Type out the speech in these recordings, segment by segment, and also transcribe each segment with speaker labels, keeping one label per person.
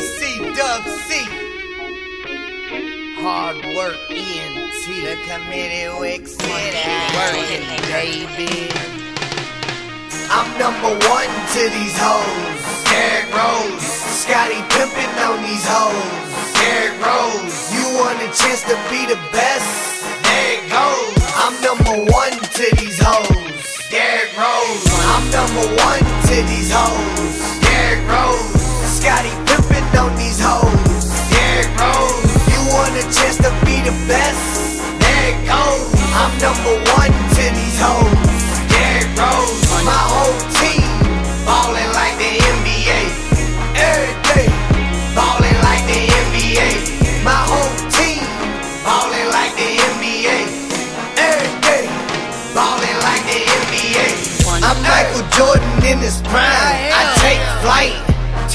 Speaker 1: Dub C. Hard work ENT. The committee Wick City. Working, baby. I'm number one to these hoes. Derrick Rose. Scotty pimping on these hoes. Derrick Rose. You want a chance to be the best? There it goes. I'm number one to these hoes. Derrick Rose. I'm number one to these hoes. Derrick Rose. Scotty pimping on these hoes. Derrick Rose. You want a chance to be the best? There it goes. I'm number one to these hoes. Derrick Rose. My whole team ballin' like the NBA. Every day ballin' like the NBA. My whole team ballin' like the NBA. Every day ballin' like the NBA. I'm Michael Jordan in his prime. I take flight.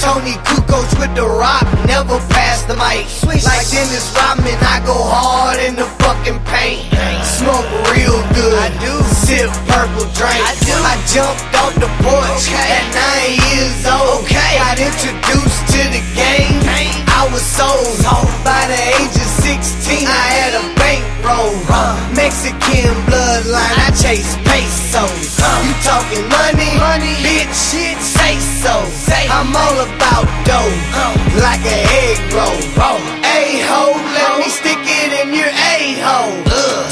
Speaker 1: Tony Kukoc with the rock, never pass the mic. Like Dennis Rodman, I go hard in the fucking paint. Smoke real good. I do. Sip purple drink. I do. I jumped off the porch at nine years old. Okay. Got introduced to the game. I was sold by the age of 16. I had a bankroll. Mexican bloodline. I chase pesos. You talking money? Money. Bitch, shit, say Uh. so. I'm all about dough. Like an egg roll. A ho, let me stick it in your a hole.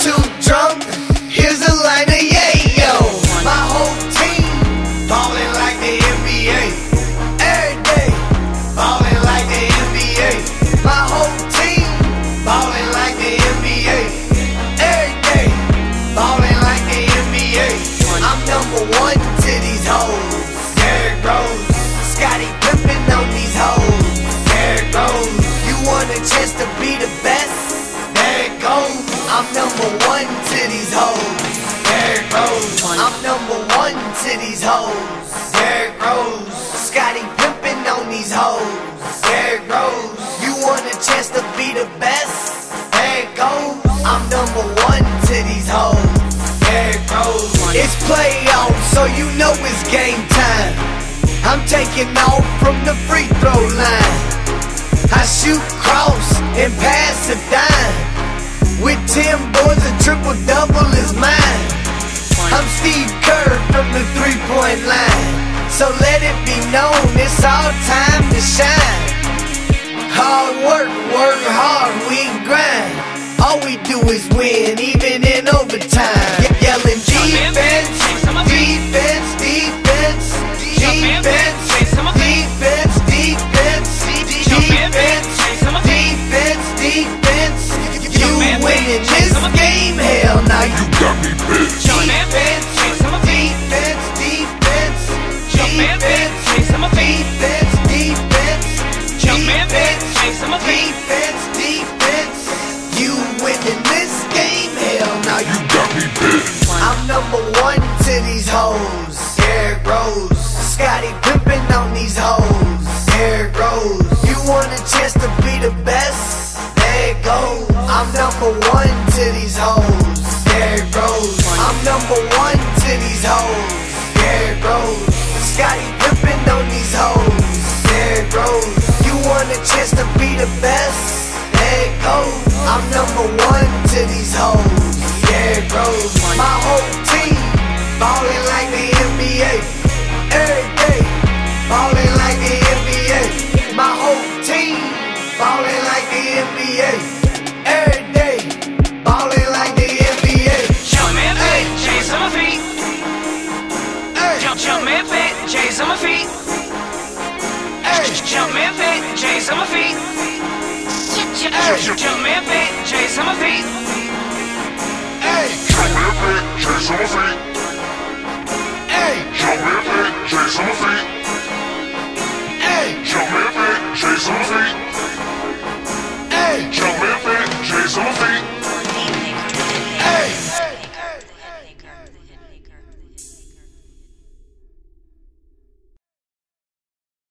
Speaker 1: Too drunk? Here's a line of yayo. My whole team ballin' like the NBA. Every day ballin' like the NBA. My whole team ballin' like the NBA. Every day ballin' like the NBA. I'm number one to these hoes. Derrick Rose, Scotty Pippen on these hoes. Derrick Rose, you want a chance to be the best? Derrick Rose, I'm number one to these hoes. Derrick Rose, I'm number one to these hoes. Derrick Rose, Scotty Pippen on these hoes. Derrick Rose, you want a chance to be the best? Derrick Rose, I'm number one to these hoes. Derrick Rose, it's playoff, so you know it's game time. I'm taking off from the free throw line. I shoot cross and pass a dime. With ten boys, a triple double is mine. I'm Steve Kerr from the three point line. So let it be known it's all time to shine. Hard work, work hard, we grind. All we do is win, even in overtime. Ye- Yelling
Speaker 2: Jump in.
Speaker 1: defense,
Speaker 2: Take some of it.
Speaker 1: defense, defense,
Speaker 2: Jump in.
Speaker 1: defense,
Speaker 2: Take some of it.
Speaker 1: defense, defense,
Speaker 2: Jump in.
Speaker 1: defense,
Speaker 2: Take some of it.
Speaker 1: defense, defense. You
Speaker 2: Jump in.
Speaker 1: winning
Speaker 2: Take
Speaker 1: this
Speaker 2: some of it.
Speaker 1: game, hell now you
Speaker 2: Jump in.
Speaker 1: Defense,
Speaker 2: Take some of it.
Speaker 1: defense, defense,
Speaker 2: Jump in.
Speaker 1: defense.
Speaker 2: Take some of it.
Speaker 1: Defense, defense,
Speaker 2: Jump in.
Speaker 1: defense,
Speaker 2: Take some of it.
Speaker 1: defense, defense. You winning this game? Hell no, you got me pissed. I'm number one to these hoes. Derrick Rose, Scotty Pippen on these hoes. Derrick Rose, you want a chance to be the best? There it goes. I'm number one to these hoes. Derrick Rose, I'm number one to these hoes. Derrick Rose, Scotty Pippen on these hoes. Derrick Rose, you want a chance to be the best? There it goes. I'm number one to these hoes. Derrick Rose, my whole team ballin' like the NBA. Every day ballin' like the NBA. My whole team ballin' like the NBA. Every day ballin' like the NBA.
Speaker 2: Jump in, bitch, chase on my feet. Jump, jump in, bitch, chase on my feet. Jump in, bitch, chase on my feet. Jump in, bitch, chase on my feet.
Speaker 1: hey, hey.
Speaker 3: Jump in, bitch, chase on my feet.